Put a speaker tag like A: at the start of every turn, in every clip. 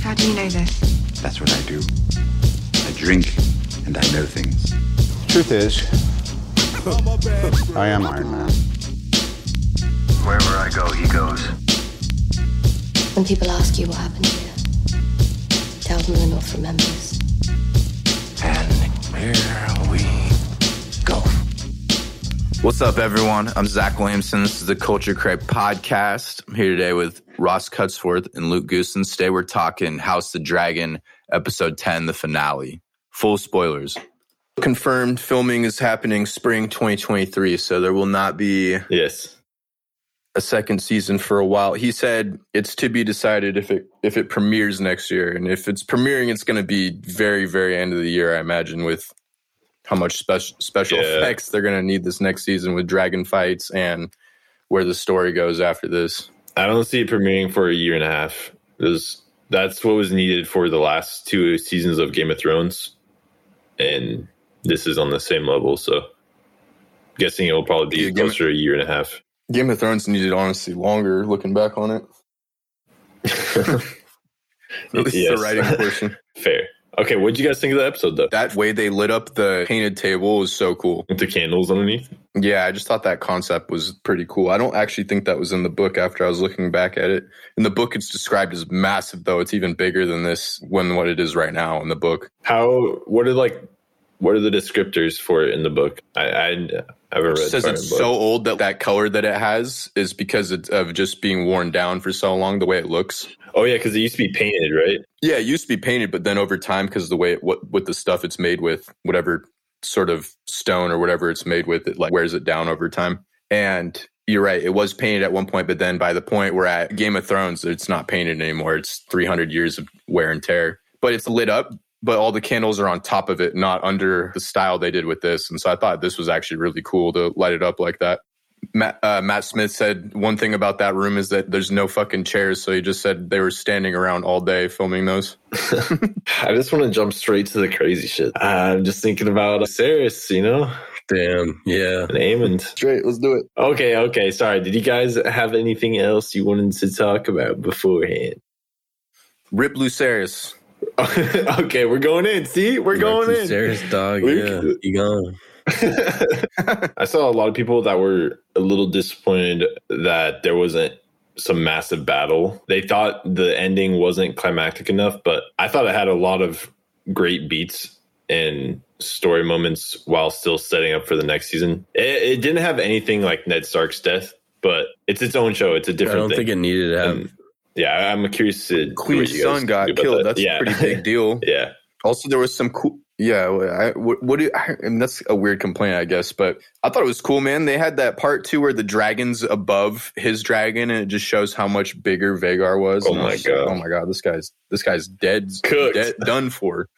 A: How do you know this?
B: That's what I do. I drink and I know things.
C: Truth is, I am Iron Man.
B: Wherever I go, he goes.
D: When people ask you what happened here, tell them the North remembers.
B: And here we go.
E: What's up, everyone? I'm Zach Williamson. This is the Culture Crate podcast. I'm here today with Ross Cutsworth and Luke Goosen. Today we're talking House the Dragon, episode 10, the finale. Full spoilers. Confirmed filming is happening spring 2023, so there will not be
F: Yes.
E: a second season for a while. He said it's to be decided if it if it premieres next year, and if it's premiering, it's going to be very very end of the year, I imagine, with how much special special
F: Yeah.
E: effects they're going to need this next season with dragon fights and where the story goes after this.
F: I don't see it premiering for a year and a half. There's, that's what was needed for the last two seasons of Game of Thrones. And this is on the same level. So guessing it will probably be
E: Yeah, Game of-
F: closer to a year and a half.
E: Game of Thrones needed honestly longer. Looking back on it, at least
F: Yes.
E: the writing portion.
F: Fair. Okay. What would you guys think of the episode, though?
E: That way they lit up the painted table was so cool.
F: With the candles underneath?
E: Yeah, I just thought that concept was pretty cool. I don't actually think that was in the book after I was looking back at it. In the book, it's described as massive, though. It's even bigger than this when what it is right now in the book.
F: How, what are like, what are the descriptors for it in the book? I, I, I haven't read
E: It says
F: part
E: it's
F: of the book.
E: so old that that color that it has is because it's of just being worn down for so long, the way it looks.
F: Oh, yeah. Cause it used to be painted, right?
E: Yeah, it used to be painted, but then over time, because the way it, what with the stuff it's made with, whatever sort of stone or whatever it's made with, it like wears it down over time. And you're right, it was painted at one point, but then by the point we're at Game of Thrones, it's not painted anymore. It's 300 years of wear and tear, but it's lit up. But all the candles are on top of it, not under the style they did with this. And so I thought this was actually really cool to light it up like that. Matt, uh, Matt Smith said one thing about that room is that there's no fucking chairs. So he just said they were standing around all day filming those.
F: I just want to jump straight to the crazy shit. I'm just thinking about Ceres, you know,
G: Damn. Yeah.
F: and Amond.
E: Straight, let's do it.
F: Okay, okay, sorry. Did you guys have anything else you wanted to talk about beforehand?
E: Rip Luceris.
F: okay, we're going in. See, we're going in.
G: Serious dog.
F: We-
G: yeah. You gone.
F: I saw a lot of people that were a little disappointed that there wasn't some massive battle. They thought the ending wasn't climactic enough, but I thought it had a lot of great beats and story moments while still setting up for the next season. It, it didn't have anything like Ned Stark's death, but it's its own show. It's a
G: I
F: different
G: don't
F: thing.
G: think it needed to have.
F: Um, yeah, I- I'm curious to what
E: Queen's
F: you guys
E: son got
F: think about
E: killed.
F: that.
E: That's a pretty big deal.
F: yeah.
E: Also, there was some cool. Yeah, well, I, what, what do you- I, and that's a weird complaint, I guess. But I thought it was cool, man. They had that part too where the dragon's above his dragon, and it just shows how much bigger Vagar was.
F: Oh
E: And I
F: my
E: was just like,
F: God.
E: oh my god! This guy's this guy's dead,
F: Cooked.
E: dead done for.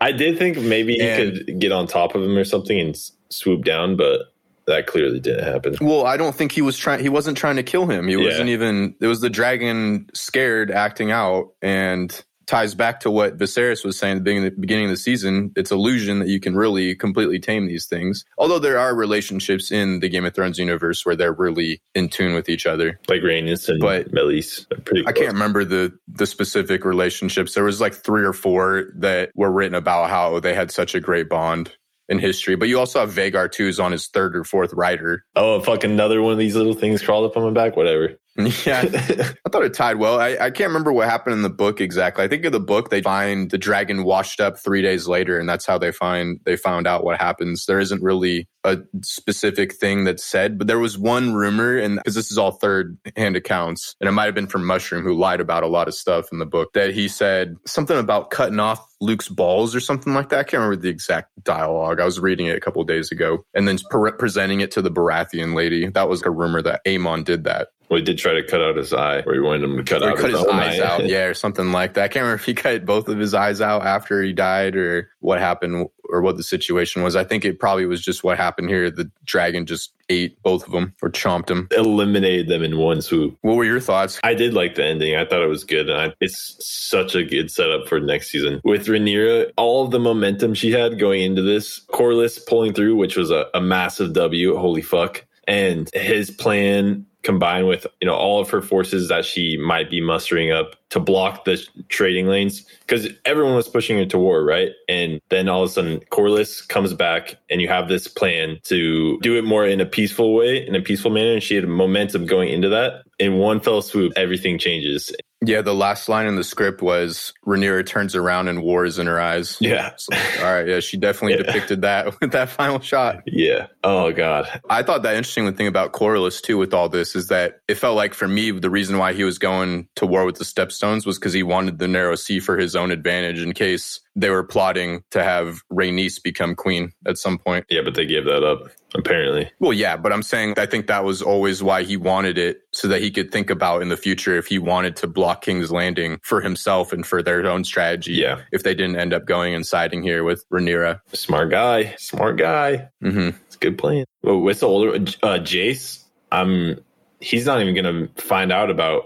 F: I did think maybe he
E: And-
F: could get on top of him or something and s- swoop down, but that clearly didn't happen.
E: Well, I don't think he was trying. He wasn't trying to kill him. He
F: Yeah.
E: wasn't even. It was the dragon scared, acting out, and ties back to what Viserys was saying at the beginning, beginning of the season. It's illusion that you can really completely tame these things. Although there are relationships in the Game of Thrones universe where they're really in tune with each other.
F: Like Rhaenys and
E: But-
F: Melis, are pretty.
E: I
F: close.
E: can't remember the the specific relationships. There was like three or four that were written about how they had such a great bond in history. But you also have Vagar too, who's on his third or fourth rider.
F: Oh, fuck! Another one of these little things crawled up on my back. Whatever.
E: Yeah, I thought it tied well. I, I can't remember what happened in the book exactly. I think in the book they find the dragon washed up three days later, and that's how they find they found out what happens. There isn't really a specific thing that's said, but there was one rumor, and because this is all third hand accounts, and it might have been from Mushroom who lied about a lot of stuff in the book that he said something about cutting off Luke's balls or something like that. I can't remember the exact dialogue. I was reading it a couple days ago, and then pre- presenting it to the Baratheon lady. That was a rumor that Amon did that.
F: Well, he did try to cut out his eye, or he wanted him to cut
E: Or
F: out
E: he cut his
F: own
E: eyes
F: eye.
E: out, yeah, or something like that. I can't remember if he cut both of his eyes out after he died or what happened or what the situation was. I think it probably was just what happened here. The dragon just ate both of them or chomped them.
F: Eliminated them in one swoop.
E: What were your thoughts?
F: I did like the ending. I thought it was good, and I, it's such a good setup for next season with Rhaenyra. All of the momentum she had going into this, Corliss pulling through, which was a, a massive W. Holy fuck! And his plan combined with you know all of her forces that she might be mustering up to block the trading lanes because everyone was pushing it to war, right? And then all of a sudden, Corliss comes back, and you have this plan to do it more in a peaceful way, in a peaceful manner. And she had momentum going into that. In one fell swoop, everything changes.
E: Yeah, the last line in the script was Rhaenyra turns around and war is in her eyes.
F: Yeah.
E: So, all right. Yeah, she definitely
F: Yeah.
E: depicted that with that final shot.
F: Yeah. Oh God.
E: I thought that interesting thing about Corliss too with all this is that it felt like for me the reason why he was going to war with the Stepstones was because he wanted the Narrow Sea for his own advantage in case they were plotting to have Rhaenys become queen at some point.
F: Yeah, but they gave that up apparently.
E: Well, yeah, but I'm saying I think that was always why he wanted it so that he could think about in the future if he wanted to block King's Landing for himself and for their own strategy.
F: Yeah.
E: If they didn't end up going and siding here with Rhaenyra.
F: Smart guy. Smart guy.
E: hmm
F: It's a good plan. Well, what's the older uh, Jace? I'm. He's not even gonna find out about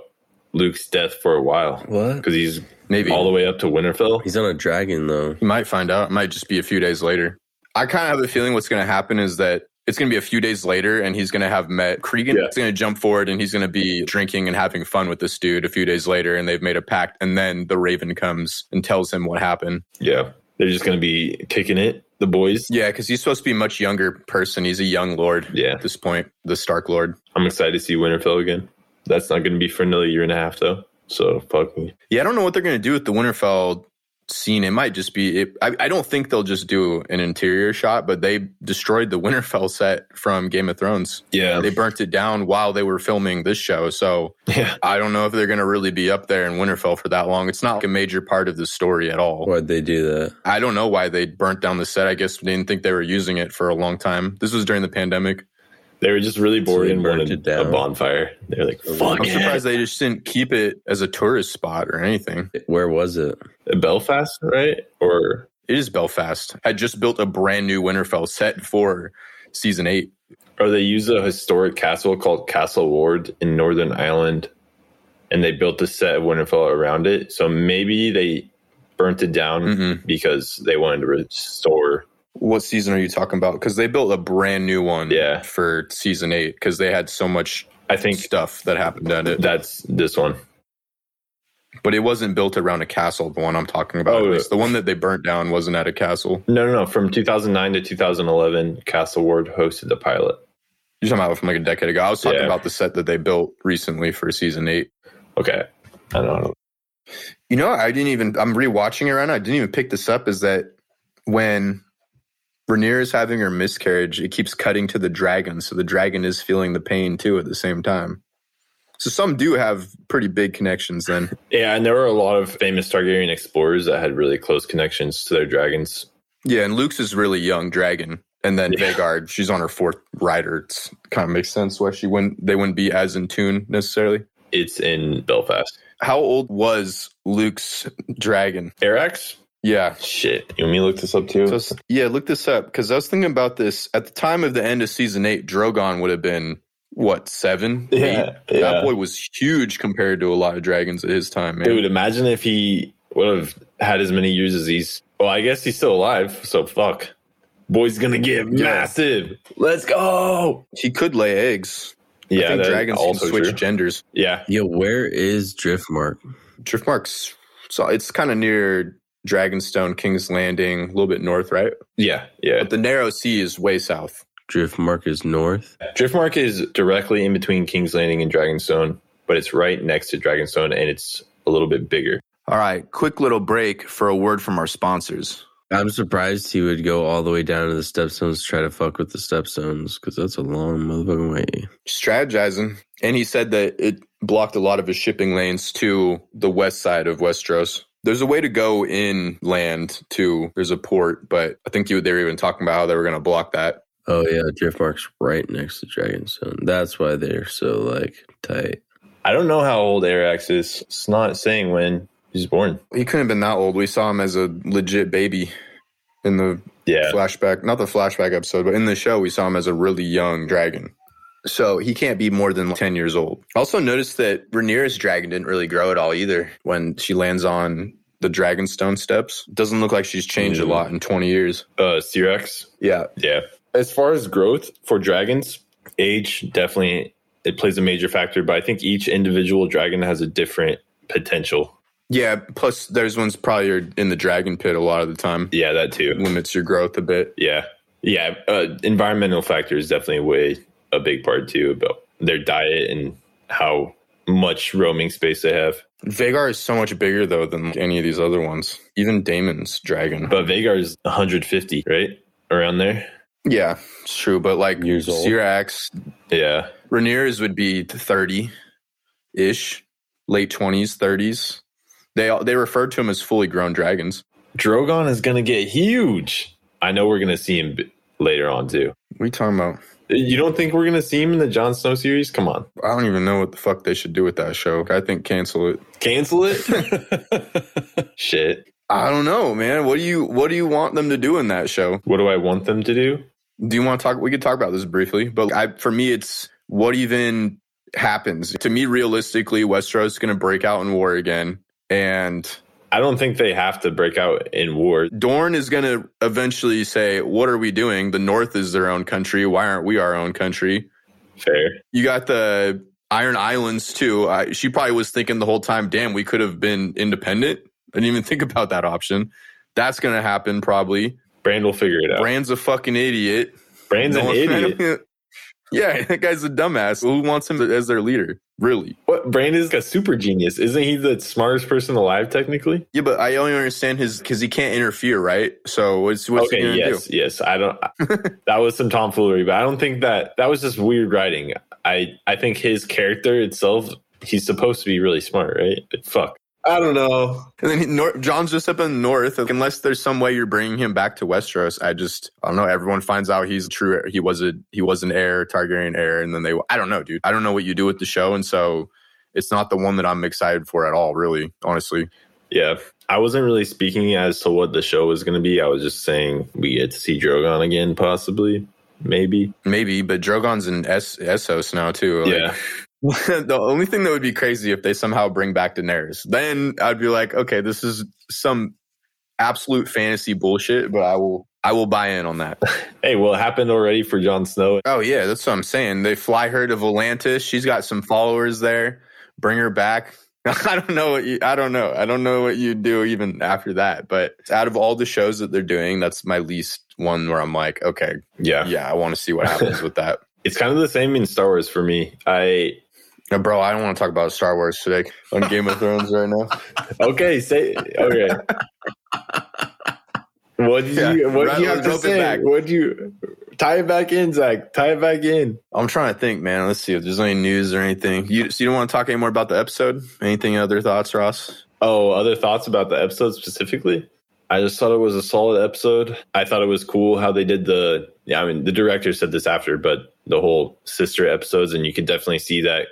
F: Luke's death for a while
G: What?
F: because he's
E: Maybe.
F: all the way up to Winterfell.
G: He's on a dragon though.
E: You might find out. It might just be a few days later. I kind of have a feeling what's going to happen is that it's going to be a few days later and he's going to have met Cregan.
F: Yeah.
E: He's going to jump forward and he's going to be drinking and having fun with this dude a few days later. And they've made a pact. And then the raven comes and tells him what happened.
F: Yeah, they're just gonna be kicking it. The boys.
E: Yeah, because he's supposed to be a much younger person. He's a young lord
F: Yeah,
E: at this point, the Stark Lord.
F: I'm excited to see Winterfell again. That's not gonna be for another year and a half though. So fuck me.
E: Yeah, I don't know what they're going to do with the Winterfell scene. It might just be. It, I, I don't think they'll just do an interior shot, but they destroyed the Winterfell set from Game of Thrones.
F: Yeah,
E: They burnt it down while they were filming this show. So
F: yeah.
E: I don't know if they're going to really be up there in Winterfell for that long. It's not like a major part of the story at all.
G: Why'd they do that?
E: I don't know why they burnt down the set. I guess they didn't think they were using it for a long time. This was during the pandemic.
F: They were just really bored
G: they
F: and
G: burnt
F: wanted
G: it
F: a
G: down.
F: bonfire. They're like, fuck
E: I'm
F: it.
E: surprised they just didn't keep it as a tourist spot or anything.
G: Where was it?
F: Belfast, right? Or
E: It is Belfast. I just built a brand new Winterfell set for season eight.
F: or they used a historic castle called Castle Ward in Northern Ireland, and they built a set of Winterfell around it. So maybe they burnt it down
E: Mm-mm.
F: because they wanted to restore.
E: What season are you talking about? Because they built a brand new one
F: Yeah.
E: for season eight because they had so much
F: I think
E: stuff that happened at it.
F: that's this one.
E: But it wasn't built around a castle, the one I'm talking about.
F: Oh,
E: at least. The one that they burnt down wasn't at a castle.
F: No, no, no. From 2009 to 2011, Castle Ward hosted the pilot.
E: You're talking about from like a decade ago. I was talking
F: Yeah.
E: about the set that they built recently for season eight.
F: Okay, I don't know.
E: You know, I didn't even. I'm rewatching it right now. I didn't even pick this up. Is that when Rhaenyra is having her miscarriage, it keeps cutting to the dragon, so the dragon is feeling the pain too at the same time. So some do have pretty big connections. Then
F: Yeah, and there were a lot of famous Targaryen explorers that had really close connections to their dragons.
E: yeah, and Luke's is really young dragon, and then
F: Yeah.
E: Vagard, she's on her fourth rider. It's kind of makes sense why she wouldn't. They wouldn't be as in tune necessarily.
F: It's in Belfast.
E: How old was Luke's dragon?
F: Arax?
E: Yeah,
F: Shit. You want me to look this up too?
E: So s- yeah, look this up because I was thinking about this at the time of the end of season eight. Drogon would have been what seven? Eight?
F: yeah. yeah.
E: That boy was huge compared to a lot of dragons at his time, man.
F: Dude, imagine if he would have had as many years as he's. Well, I guess he's still alive, so fuck. Boy's gonna get massive. Let's go.
E: He could lay eggs. I
F: Yeah,
E: think
F: that
E: dragons can
F: also
E: switch
F: true.
E: genders.
F: Yeah,
G: Yeah, where is Driftmark?
E: Driftmark's so it's kind of near Dragonstone, King's Landing, a little bit north, right?
F: yeah, yeah.
E: But the narrow sea is way south.
G: Driftmark is north.
F: Driftmark is directly in between King's Landing and Dragonstone, but it's right next to Dragonstone, and it's a little bit bigger.
E: All right, quick little break for a word from our sponsors.
G: I'm surprised he would go all the way down to the stepstones to try to fuck with the stepstones because that's a long motherfucking way.
E: strategizing. And he said that it blocked a lot of his shipping lanes to the west side of Westeros. There's a way to go inland to there's a port, but I think you they were even talking about how they were going to block that.
G: Oh yeah, Driftmark's right next to Dragonstone. That's why they're so like tight.
F: I don't know how old Arax is. It's not saying when he's born.
E: He couldn't have been that old. We saw him as a legit baby in the
F: Yeah,
E: flashback, not the flashback episode, but in the show, we saw him as a really young dragon. So he can't be more than 10 years old. Also, noticed that Rhaenyra's dragon didn't really grow at all either when she lands on the Dragonstone steps. Doesn't look like she's changed a
G: Mhm.
E: lot in 20 years.
F: uh, Syrax.
E: Yeah.
F: Yeah. As far as growth for dragons, age definitely it plays a major factor, but I think each individual dragon has a different potential.
E: Yeah. Plus, there's ones probably are in the dragon pit a lot of the time.
F: Yeah, that too.
E: Limits your growth a bit.
F: Yeah. Yeah. Uh, environmental factor is definitely way a big part too about their diet and how much roaming space they have.
E: Vagar is so much bigger though than any of these other ones. Even Damon's dragon.
F: But Vagar is 150, right? Around there.
E: Yeah, it's true. But like
G: Years old.
E: Syrax,
F: Yeah.
E: Rainier's would be 30 ish, late 20s, 30s. They all- they refer to them as fully grown dragons.
F: Drogon is going to get huge. I know we're going to see him b- later on too.
E: What are you talking about?
F: You don't think we're going to see him in the Jon Snow series? Come on.
E: I don't even know what the fuck they should do with that show. I think cancel it.
F: Cancel it? Shit.
E: I don't know, man. What do you what do you want them to do in that show?
F: What do I want them to do?
E: Do you want to talk? We could talk about this briefly, but I, for me, it's what even happens. To me, realistically, Westeros is going to break out in war again, and
F: I don't think they have to break out in war.
E: Dorne is going to eventually say, "What are we doing? The North is their own country. Why aren't we our own country?"
F: Fair.
E: You got the Iron Islands too. I, she probably was thinking the whole time, "Damn, we could have been independent." I didn't even think about that option. That's going to happen probably.
F: Brand will figure it out.
E: Brand's a fucking idiot.
F: Brand's an
E: No offense.
F: idiot.
E: yeah, that guy's a dumbass. Who wants him as their leader? Really?
F: What? Brand is a super genius. Isn't he the smartest person alive, technically?
E: Yeah, but I only understand his because he can't interfere, right? So what's what's he
F: okay,
E: gonna
F: yes, yes. I don't. I, that was some tomfoolery, but I don't think that that was just weird writing. I I think his character itself, he's supposed to be really smart, right? But fuck, I don't know.
E: do? And then he, Nor- John's just up in the north. Unless there's some way you're bringing him back to Westeros, I just I don't know. Everyone finds out he's true. He was a he was an heir, Targaryen heir, and then they I don't know, dude. I don't know what you do with the show, and so it's not the one that I'm excited for at all. Really, honestly.
F: Yeah, I wasn't really speaking as to what the show was going to be. I was just saying we get to see Drogon again, possibly, maybe.
E: Maybe, but Drogon's in es- Essos now too. Like,
F: yeah,
E: the only thing that would be crazy if they somehow bring back Daenerys, then I'd be like, okay, this is some absolute fantasy bullshit, but I will I will buy in on that.
F: Hey, well, it happened already for Jon Snow.
E: oh yeah, that's what I'm saying. They fly her to Volantis. She's got some followers there. Bring her back. I don't know what you, I don't know. I don't know what you do even after that. But out of all the shows that they're doing, that's my least one where I'm like, okay,
F: Yeah.
E: yeah, I want to see what happens with that.
F: It's kind of the same in Star Wars for me. I
E: Now, bro, I don't want to talk about Star Wars today on Game of Thrones right now.
F: okay, say okay. What did
E: Yeah,
F: you what
E: right-
F: do you have to
E: rope it
F: say?
E: back.
F: What do you tie it back in, Zach? Tie it back in.
E: I'm trying to think, man. Let's see if there's any news or anything. You, so you don't want to talk any more about the episode? Anything other thoughts, Ross?
F: Oh, other thoughts about the episode specifically? I just thought it was a solid episode. I thought it was cool how they did the. Yeah, I mean, the director said this after, but the whole sister episodes, and you could definitely see that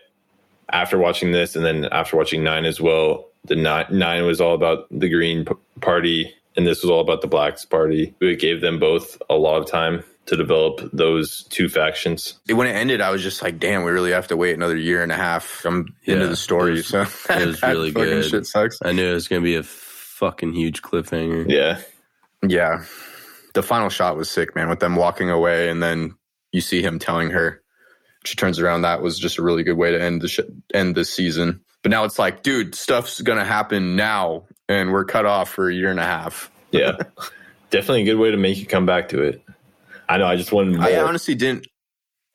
F: after watching this, and then after watching Nine as well. The nine, nine was all about the Green p- Party, and this was all about the Blacks Party. It gave them both a lot of time to develop those two factions.
E: When it ended, I was just like, damn, we really have to wait another year and a half. I'm into
G: Yeah,
E: the story.
G: it was-
E: so
G: it was
E: that
G: really
E: fucking
G: good.
E: Shit sucks.
G: I knew it was gonna be a fucking huge cliffhanger.
F: Yeah,
E: Yeah, the final shot was sick, man. With them walking away, and then you see him telling her. She turns around. That was just a really good way to end the sh- end the season. But now it's like, dude, stuff's gonna happen now, and we're cut off for a year and a half.
F: yeah, definitely a good way to make you come back to it. I know. I just wanted more.
E: I honestly didn't.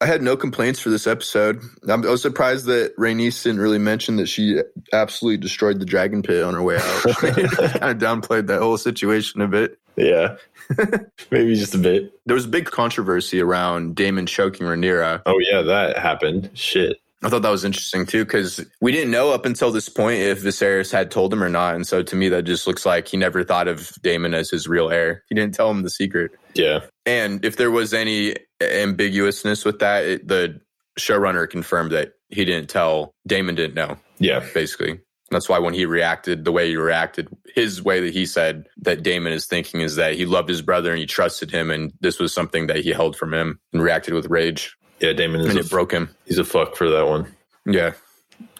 E: I had no complaints for this episode. I'm, I was surprised that Rainice didn't really mention that she absolutely destroyed the dragon pit on her way out. kind of downplayed that whole situation a bit.
F: Yeah. Maybe just a bit.
E: There was a big controversy around Damon choking Rhaenyra.
F: Oh yeah, that happened. Shit.
E: I thought that was interesting too because we didn't know up until this point if Viserys had told him or not. And so to me, that just looks like he never thought of Damon as his real heir. He didn't tell him the secret.
F: Yeah.
E: And if there was any ambiguousness with that, it, the showrunner confirmed that he didn't tell, Damon didn't know,
F: Yeah.
E: basically. That's why when he reacted the way he reacted, his way that he said that Damon is thinking is that he loved his brother and he trusted him. And this was something that he held from him and reacted with rage.
F: Yeah, Damon is
E: And
F: a,
E: it broke him.
F: he's a fuck for that one.
E: Yeah.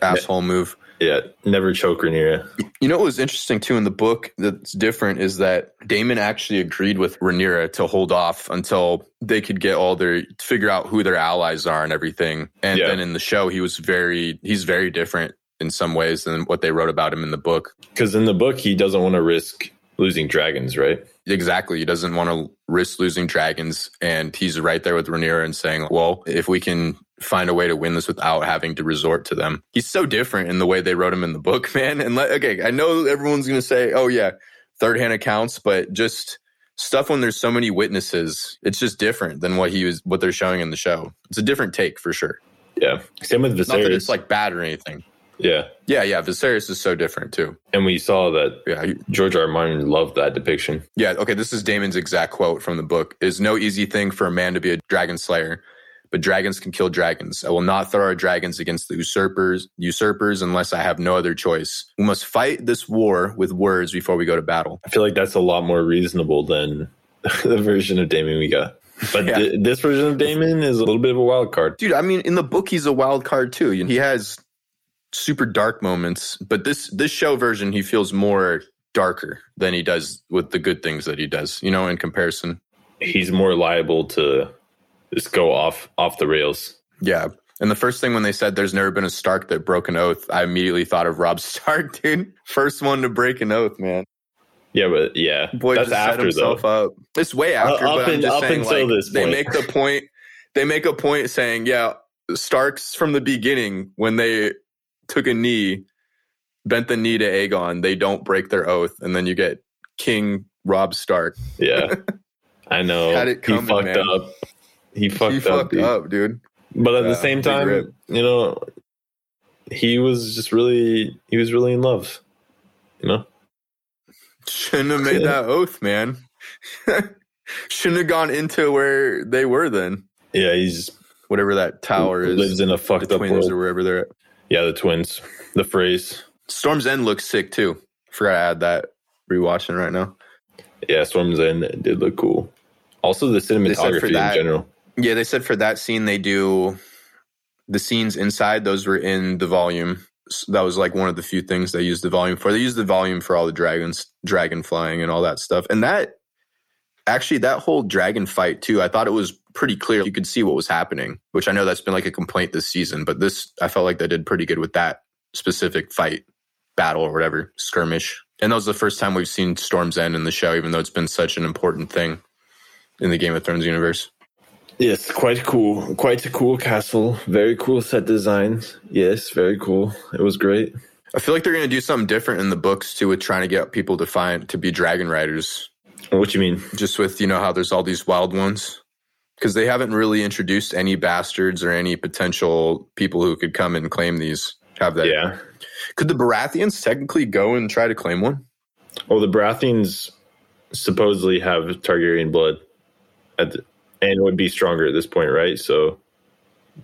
E: Asshole move.
F: Yeah, never choker near.
E: You know what was interesting too in the book that's different is that Damon actually agreed with Rhaenyra to hold off until they could get all their figure out who their allies are and everything. And
F: Yeah.
E: then in the show, he was very he's very different in some ways than what they wrote about him in the book.
F: Because in the book, he doesn't want to risk losing dragons, right?
E: Exactly. He doesn't want to risk losing dragons. And he's right there with Rhaenyra and saying, well, if we can find a way to win this without having to resort to them. He's so different in the way they wrote him in the book, man. And like, okay, I know everyone's going to say, oh, yeah, third hand accounts, but just stuff when there's so many witnesses, it's just different than what he was, what they're showing in the show. It's a different take for sure.
F: Yeah. Same with Viserys.
E: Not that it's like bad or anything.
F: yeah.
E: Yeah, yeah. Viserys is so different too.
F: And we saw that
E: Yeah, he-
F: George R. R. Martin loved that depiction.
E: Yeah, okay, this is Damon's exact quote from the book. It is no easy thing for a man to be a dragon slayer, but dragons can kill dragons. I will not throw our dragons against the usurpers usurpers unless I have no other choice. We must fight this war with words before we go to battle.
F: I feel like that's a lot more reasonable than the version of Damon we got. But
E: Yeah.
F: th- this version of Damon is a little bit of a wild card.
E: Dude, I mean in the book he's a wild card too. He has super dark moments, but this this show version he feels more darker than he does with the good things that he does, you know, in comparison.
F: He's more liable to just go off off the rails.
E: Yeah. And the first thing when they said there's never been a Stark that broke an oath, I immediately thought of Rob Stark, dude. First one to break an oath, man.
F: Yeah, but yeah,
E: Boy
F: that's
E: just set
F: after though. Uh,
E: himself up. It's way after,
F: up
E: but I'm
F: and-
E: just
F: up
E: saying,
F: until
E: like,
F: this
E: they
F: point.
E: make the point. They make a point saying, yeah, Starks from the beginning when they took a knee, bent the knee to Aegon, they don't break their oath, and then you get King Rob Stark.
F: Yeah, I know.
E: Had it coming,
F: he fucked
E: man.
F: up. He fucked
E: he
F: up.
E: fucked
F: dude.
E: up, dude.
F: But at
E: Yeah,
F: the same
E: big
F: time,
E: rip.
F: you know, he was just really he was really in love. You know,
E: Shouldn't have made that oath, man. Shouldn't have gone into where they were then.
F: yeah, he's
E: Whatever that tower is.
F: lives in a
E: the
F: fucked up
E: twins
F: world.
E: or wherever they're at.
F: yeah, the twins. The phrase.
E: Storm's End looks sick too. Forgot to add that rewatching right now.
F: Yeah, Storm's End did look cool. Also, the
E: said for
F: cinematography in
E: that-
F: general.
E: Yeah, they said for that scene they do the scenes inside, those were in the volume. So that was like one of the few things they used the volume for. They used the volume for all the dragons, dragon flying and all that stuff. And that actually that whole dragon fight too, I thought it was pretty clear. You could see what was happening, which I know that's been like a complaint this season, but this I felt like they did pretty good with that specific fight, battle or whatever, skirmish. And that was the first time we've seen Storm's End in the show, even though it's been such an important thing in the Game of Thrones universe.
F: Yes, quite cool. Quite a cool castle. Very cool set design. Yes, very cool. It was great.
E: I feel like they're going to do something different in the books too, with trying to get people to find to be dragon riders.
F: What you mean?
E: Just with you know how there's all these wild ones, because they haven't really introduced any bastards or any potential people who could come and claim these. Have that?
F: Yeah.
E: Could the Baratheons technically go and try to claim one?
F: Well, the Baratheons supposedly have Targaryen blood, at the, and would be stronger at this point, right? So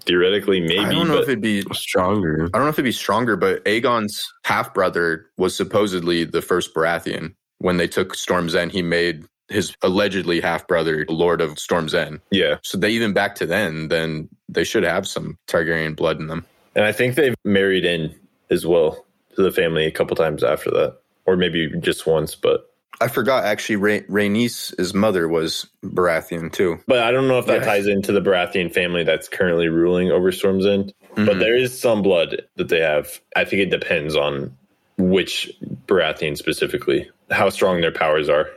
F: theoretically, maybe.
E: I don't know
F: but
E: if it'd be.
G: Stronger.
E: I don't know if it'd be stronger, but Aegon's half brother was supposedly the first Baratheon. When they took Storm's End, he made his allegedly half brother Lord of Storm's End.
F: yeah.
E: So they even back to then, then they should have some Targaryen blood in them.
F: And I think they've married in as well to the family a couple times after that, or maybe just once. But
E: I forgot actually, Rha- Rhaenys' mother was Baratheon too.
F: but I don't know if that
E: Yeah.
F: ties into the Baratheon family that's currently ruling over Storm's End. But
E: Mhm.
F: there is some blood that they have. I think it depends on which Baratheon specifically, how strong their powers are.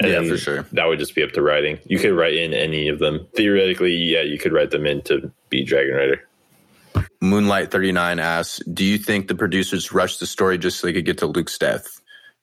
E: Yeah,
F: then
E: for sure.
F: That would just be up to writing. You could write in any of them. Theoretically, yeah, you could write them in to be Dragon Rider.
E: Moonlight 39 asks, Do you think the producers rushed the story just so they could get to Luke's death?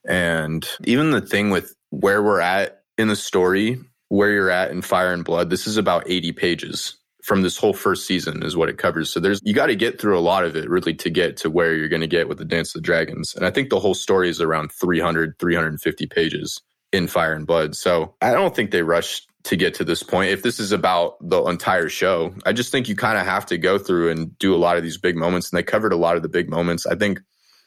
E: And even the thing with where we're at in the story, where you're at in Fire and Blood, this is about 80 pages from this whole first season is what it covers. So there's you got to get through a lot of it really to get to where you're going to get with the Dance of the Dragons. And I think the whole story is around 300 350 pages in Fire and Blood. So I don't think they rushed to get to this point. If this is about the entire show, I just think you kind of have to go through and do a lot of these big moments. And they covered a lot of the big moments. I think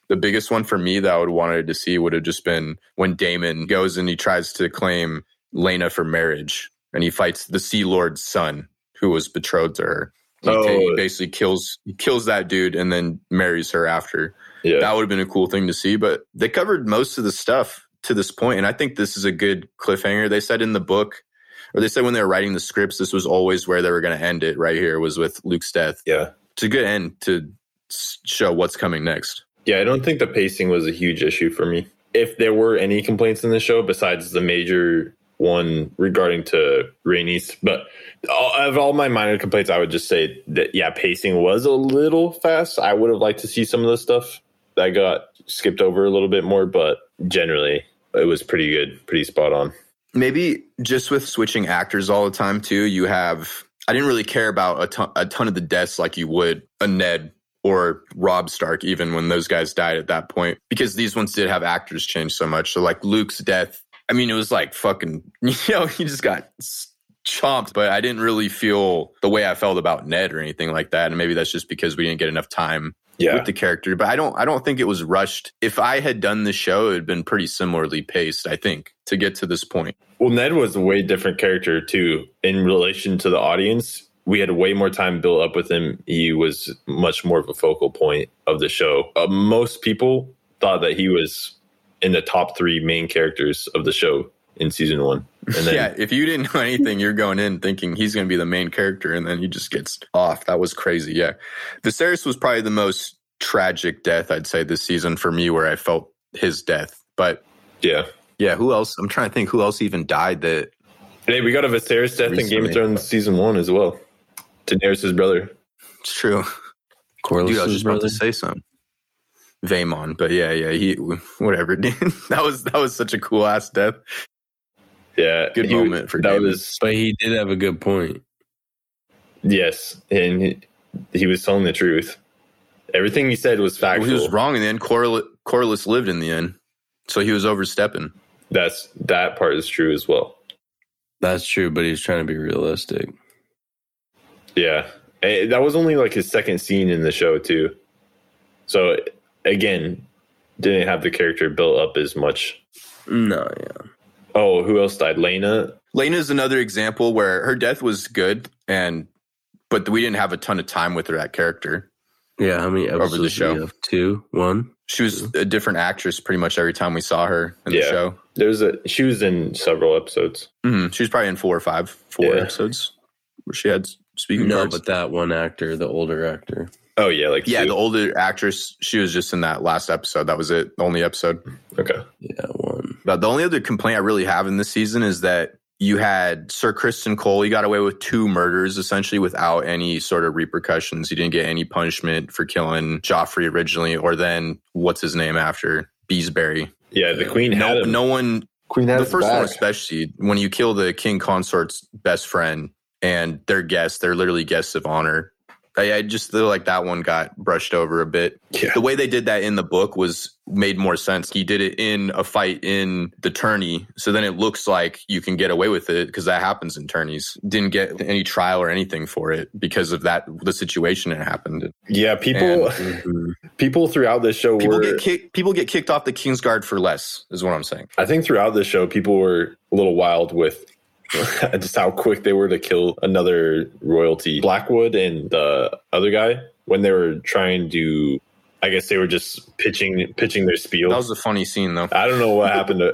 E: the biggest one for me that I would wanted to see would have just been when Damon goes and he tries to claim Lena for marriage and he fights the Sea Lord's son who was betrothed to her. He,
F: Oh.
E: ta- he basically kills he kills that dude and then marries her after.
F: Yeah.
E: That would have been a cool thing to see, but they covered most of the stuff to this point, and I think this is a good cliffhanger. They said in the book, or they said when they were writing the scripts, this was always where they were going to end it. Right here was with Luke's death.
F: yeah.
E: It's a good end to s- show what's coming next.
F: Yeah, I don't think the pacing was a huge issue for me. If there were any complaints in the show besides the major one regarding to Rainey's, but all, of all my minor complaints, I would just say that yeah, pacing was a little fast. I would have liked to see some of the stuff that got skipped over a little bit more, but generally it was pretty good, pretty spot on.
E: maybe just with switching actors all the time too you have i didn't really care about a ton, a ton of the deaths like you would a ned or rob stark even when those guys died at that point because these ones did have actors change so much so like luke's death i mean it was like fucking you know he just got s- chomped but i didn't really feel the way i felt about ned or anything like that and maybe that's just because we didn't get enough time
F: Yeah,
E: with the character but i don't i don't think it was rushed if i had done the show it had been pretty similarly paced i think to get to this point
F: Well, Ned was a way different character too in relation to the audience. We had way more time built up with him. He was much more of a focal point of the show. Uh, most people thought that he was in the top three main characters of the show in season one. And then,
E: yeah, if you didn't know anything, you're going in thinking he's going to be the main character, and then he just gets off. That was crazy. Yeah, Viserys was probably the most tragic death I'd say this season for me, where I felt his death. But
F: yeah.
E: yeah, who else? I'm trying to think who else even died that.
F: Hey, we got a Viserys death in Game
E: Recently.
F: of Thrones season one as well. Daenerys' brother.
E: It's true.
G: Corlys'
E: Dude, I was just about to
G: brother.
E: say something. Vaemon, but yeah, yeah, he whatever. dude. that was that was such a cool ass death.
F: Yeah,
E: Good
F: he-
E: moment for
F: that
E: Daenerys.
F: was
G: But he did have a good point.
F: yes, and he, he was telling the truth. Everything he said was factual.
E: He was wrong in the end. Corlys, Corlys lived in the end, so he was overstepping.
F: That's that part is true as well.
G: That's true, but he's trying to be realistic.
F: Yeah. Eh, that was only like his second scene in the show, too. So, again, didn't have the character built up as much.
G: No, yeah.
F: Oh, who else died? Lena?
E: Lena is another example where her death was good and but we didn't have a ton of time with her that character.
G: Yeah, how many
E: the
G: episodes do
E: show.
G: we have? Two? One?
E: She was a different actress pretty much every time we saw her in the
F: Yeah.
E: show.
F: There's a she was in several episodes.
E: Mhm. She was probably in four or five, four
F: Yeah.
E: episodes where she had speaking
G: No,
E: parts.
G: but that one actor, the older actor.
F: Oh yeah, like
E: yeah,
F: two.
E: the older actress, she was just in that last episode. That was it, the only episode.
F: okay.
G: Yeah, one.
E: But the only other complaint I really have in this season is that you had Sir Kristen Cole. He got away with two murders essentially without any sort of repercussions. He didn't get any punishment for killing Joffrey originally, or then what's his name after Beesbury.
F: Yeah, the queen had
E: No,
F: him.
E: no one.
F: queen
E: the first one especially when you kill the king consort's best friend and their guests, they're literally guests of honor. I, I just feel like that one got brushed over a bit
F: Yeah.
E: the way they did that in the book was made more sense. He did it in a fight in the tourney, so then it looks like you can get away with it because that happens in tourneys. Didn't get any trial or anything for it because of that the situation it happened.
F: yeah, people
G: Mhm.
F: people throughout the show
E: People
F: were
E: get kicked. People get kicked off the king's guard for less. Is what I'm saying.
F: I think throughout the show, people were a little wild with just how quick they were to kill another royalty. Blackwood and the other guy when they were trying to, I guess they were just pitching pitching their spiel.
E: That was a funny scene though.
F: I don't know what happened uh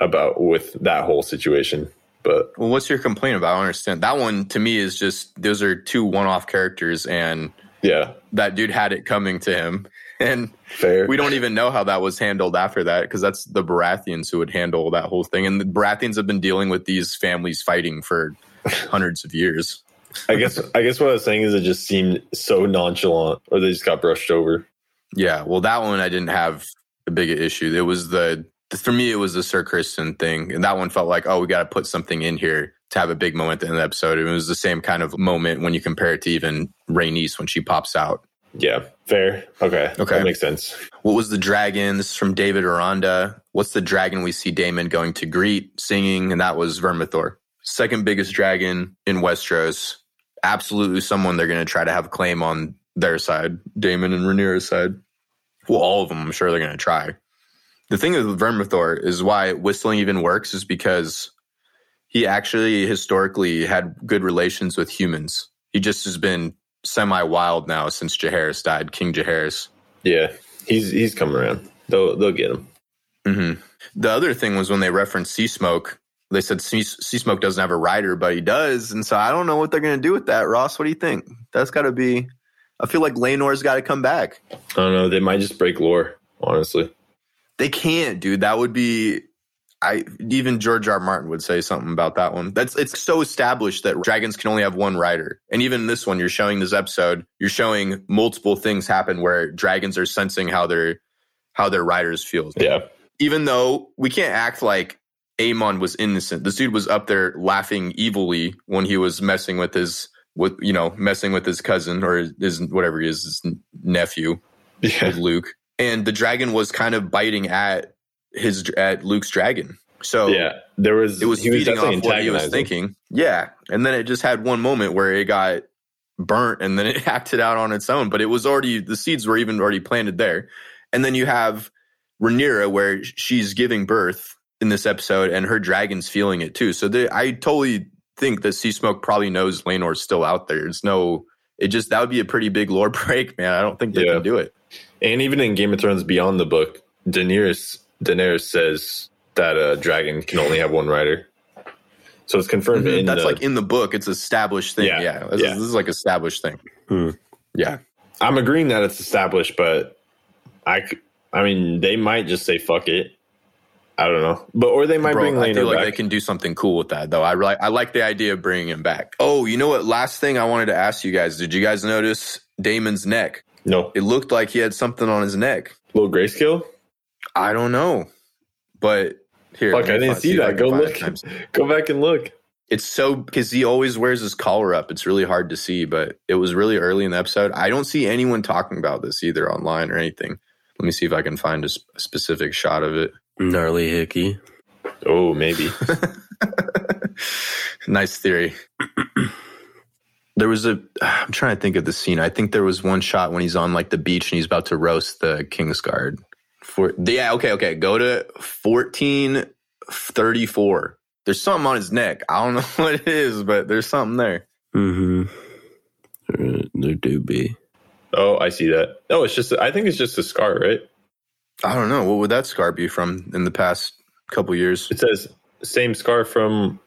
F: about with that whole situation, but
E: Well, what's your complaint about? I don't understand. That one to me is just those are two one-off characters, and
F: yeah,
E: that dude had it coming to him, and.
F: fair.
E: we don't even know how that was handled after that because that's the Baratheons who would handle that whole thing. And the Baratheons have been dealing with these families fighting for hundreds of years.
F: I guess I guess what I was saying is it just seemed so nonchalant, or they just got brushed over.
E: Yeah, well, that one I didn't have a big issue. It was the for me it was the Sir Kristen thing, and that one felt like oh we got to put something in here to have a big moment at the end of the episode. It was the same kind of moment when you compare it to even Rhaenys when she pops out.
F: Yeah, fair. Okay,
E: Okay.
F: that makes sense.
E: What was the dragon? This is from David Aranda. What's the dragon we see Damon going to greet, singing? And that was Vermithor. Second biggest dragon in Westeros. Absolutely someone they're going to try to have claim on their side, Damon and Rhaenyra's side. Well, all of them, I'm sure they're going to try. The thing with Vermithor is why whistling even works is because he actually historically had good relations with humans. He just has been semi wild now since Jaharis died, King Jaharis.
F: Yeah, he's he's coming around. They'll they'll get him.
E: Mm-hmm. The other thing was when they referenced Sea Smoke, they said Sea Smoke doesn't have a rider, but he does, and so I don't know what they're going to do with that. Ross, what do you think? That's got to be. I feel like Lenore's got to come back.
F: I don't know. They might just break lore. Honestly,
E: they can't, dude. That would be. I even George R. R. Martin would say something about that one. That's it's so established that dragons can only have one rider. And even this one, you're showing this episode, you're showing multiple things happen where dragons are sensing how their how their riders feel.
F: Yeah.
E: Even though we can't act like Amon was innocent. This dude was up there laughing evilly when he was messing with his with you know messing with his cousin or his whatever he is his nephew
F: yeah.
E: with Luke. And the dragon was kind of biting at his at Luke's dragon. So
F: yeah, there was
E: Oh. it was
F: he was
E: feeding
F: definitely
E: off what he was
F: antagonizing.
E: thinking. Yeah, and then it just had one moment where it got burnt, and then it acted out on its own. But it was already the seeds were even already planted there, and then you have Rhaenyra where she's giving birth in this episode, and her dragon's feeling it too. So they, I totally think that Sea Smoke probably knows Lanore's still out there. It's no, it just that would be a pretty big lore break, man. I don't think they
F: Yeah.
E: can do it.
F: And even in Game of Thrones Beyond the book, Daenerys Daenerys says that a dragon can only have one rider. So it's confirmed
E: Mhm.
F: in
E: That's
F: the-
E: like in the book. It's established thing.
F: Yeah,
E: Yeah, This,
F: yeah.
E: Is, this is like established thing.
G: Hmm.
E: Yeah.
F: I'm agreeing that it's established, but I c- I mean they might just say fuck it. I don't know, but or they might
E: Bro,
F: bring
E: I feel
F: Lano
E: like
F: back.
E: they can do something cool with that, though. I like I like the idea of bringing him back. Oh, you know what? Last thing I wanted to ask you guys: Did you guys notice Damon's neck?
F: no
E: It looked like he had something on his neck.
F: little grayscale.
E: I don't know, but here,
F: Fuck,
E: let me
F: I didn't
E: find-
F: see
E: if I can
F: that. Go
E: find
F: look.
E: it. I'm-
F: Go back and look.
E: It's so because he always wears his collar up. It's really hard to see, but it was really early in the episode. I don't see anyone talking about this either online or anything. Let me see if I can find a s- a specific shot of it.
G: Gnarly hickey.
F: Oh, maybe.
E: nice theory. there was a. I'm trying to think of the scene. I think there was one shot when he's on like the beach and he's about to roast the King's Guard. For yeah, okay, okay. Go to fourteen thirty four. There's something on his neck. I don't know what it is, but there's something there.
G: Mm-hmm. There, there do be.
F: oh, I see that. No, it's just. I think it's just a scar, right?
E: I don't know. What would that scar be from in the past couple years?
F: It says same scar from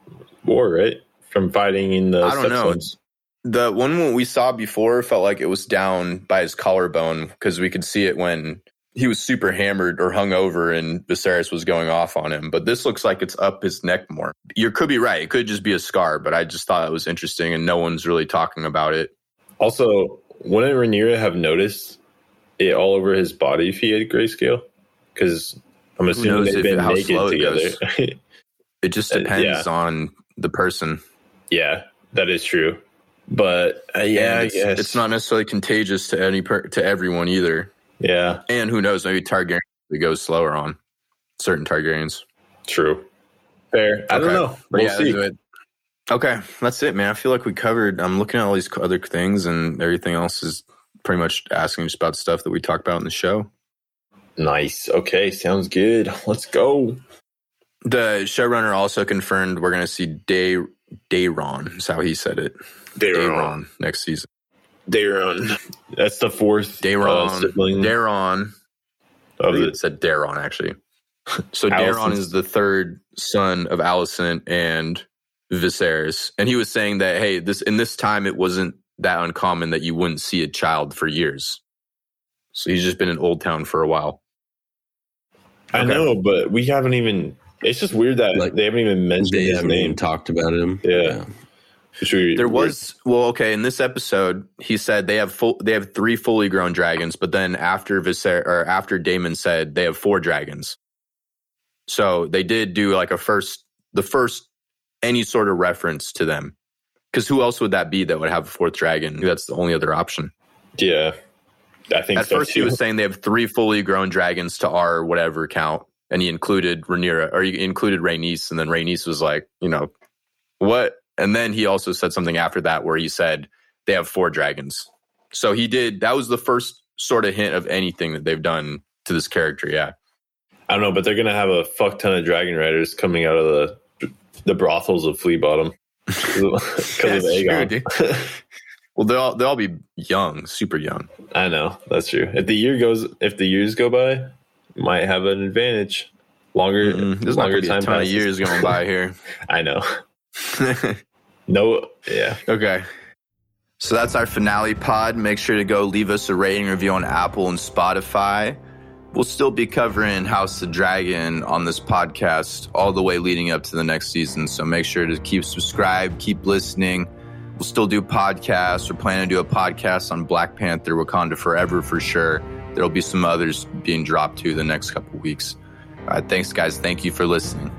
F: war, right? From fighting in the
E: I don't know.
F: subzones.
E: The one we saw before felt like it was down by his collarbone because we could see it when he was super hammered or hung over and Viserys was going off on him. But this looks like it's up his neck more. You could be right. It could just be a scar, but I just thought it was interesting and no one's really talking about it.
F: Also, wouldn't Rhaenyra have noticed it all over his body if he had grayscale? Because I'm assuming
E: knows
F: they've
E: if-
F: been
E: how
F: naked
E: slow it
F: together.
E: goes. It just
F: Uh,
E: depends
F: yeah.
E: on the person.
F: yeah, that is true. But uh,
E: And
F: yeah,
E: it's,
F: I guess
E: it's not necessarily contagious to any per- to everyone either.
F: Yeah,
E: And who knows? Maybe Targaryen goes slower on certain Targaryens.
F: true. Fair. I don't
E: Okay.
F: know.
E: But
F: We'll
E: yeah,
F: see.
E: that's it. Okay, that's it, man. I feel like we covered. I'm looking at all these co- other things, and everything else is pretty much asking just about stuff that we talked about in the show.
F: Nice. Okay, sounds good. Let's go.
E: The showrunner also confirmed we're going to see Day Dayron. Is how he said it. Dayron next season.
F: Dayron. That's the fourth uh,
E: Dayron.
F: sibling
E: Dayron. I
F: of
E: think
F: the
E: it said Daron actually. So Daron
F: Allison's-
E: is the third son of Allison and Viserys, and he was saying that hey, this in this time it wasn't that uncommon that you wouldn't see a child for years. So he's just been in Old Town for a while.
F: I
E: Okay.
F: know, but we haven't even. It's just weird that
G: Like,
F: they haven't even mentioned
G: They
F: his
G: haven't
F: name.
G: even talked about him.
F: Yeah. Which we-
E: There was well, okay. In this episode, he said they have full, they have three fully grown dragons, but then after Viser or after Damon said they have four dragons. So they did do like a first, the first any sort of reference to them, because who else would that be that would have a fourth dragon? That's the only other option.
F: yeah. I think
E: At
F: so
E: first,
F: too.
E: he was saying they have three fully grown dragons to our whatever count, and he included Rhaenyra or he included Rhaenys, and then Rhaenys was like, you know, what? And then he also said something after that where he said they have four dragons. So he did. That was the first sort of hint of anything that they've done to this character. Yeah,
F: I don't know, but they're gonna have a fuck ton of dragon riders coming out of the the brothels of Flea Bottom because of
E: That's true,
F: Aegon.
E: dude. Well, they'll all- they'll all be young, super young.
F: I know that's true. If the year goes, if the years go by, might have an advantage. Longer,
E: Mm-mm. Mm-hmm. There's not gonna
F: longer
E: be a
F: time
E: ton
F: passes.
E: of years going by here.
F: I know. No, yeah.
E: okay. So that's our finale pod. Make sure to go leave us a rating review on Apple and Spotify. We'll still be covering House of Dragon on this podcast all the way leading up to the next season. So make sure to keep subscribed, keep listening. We'll still do podcasts. We're planning to do a podcast on Black Panther, Wakanda Forever for sure. There'll be some others being dropped too the next couple weeks. All right, thanks, guys. Thank you for listening.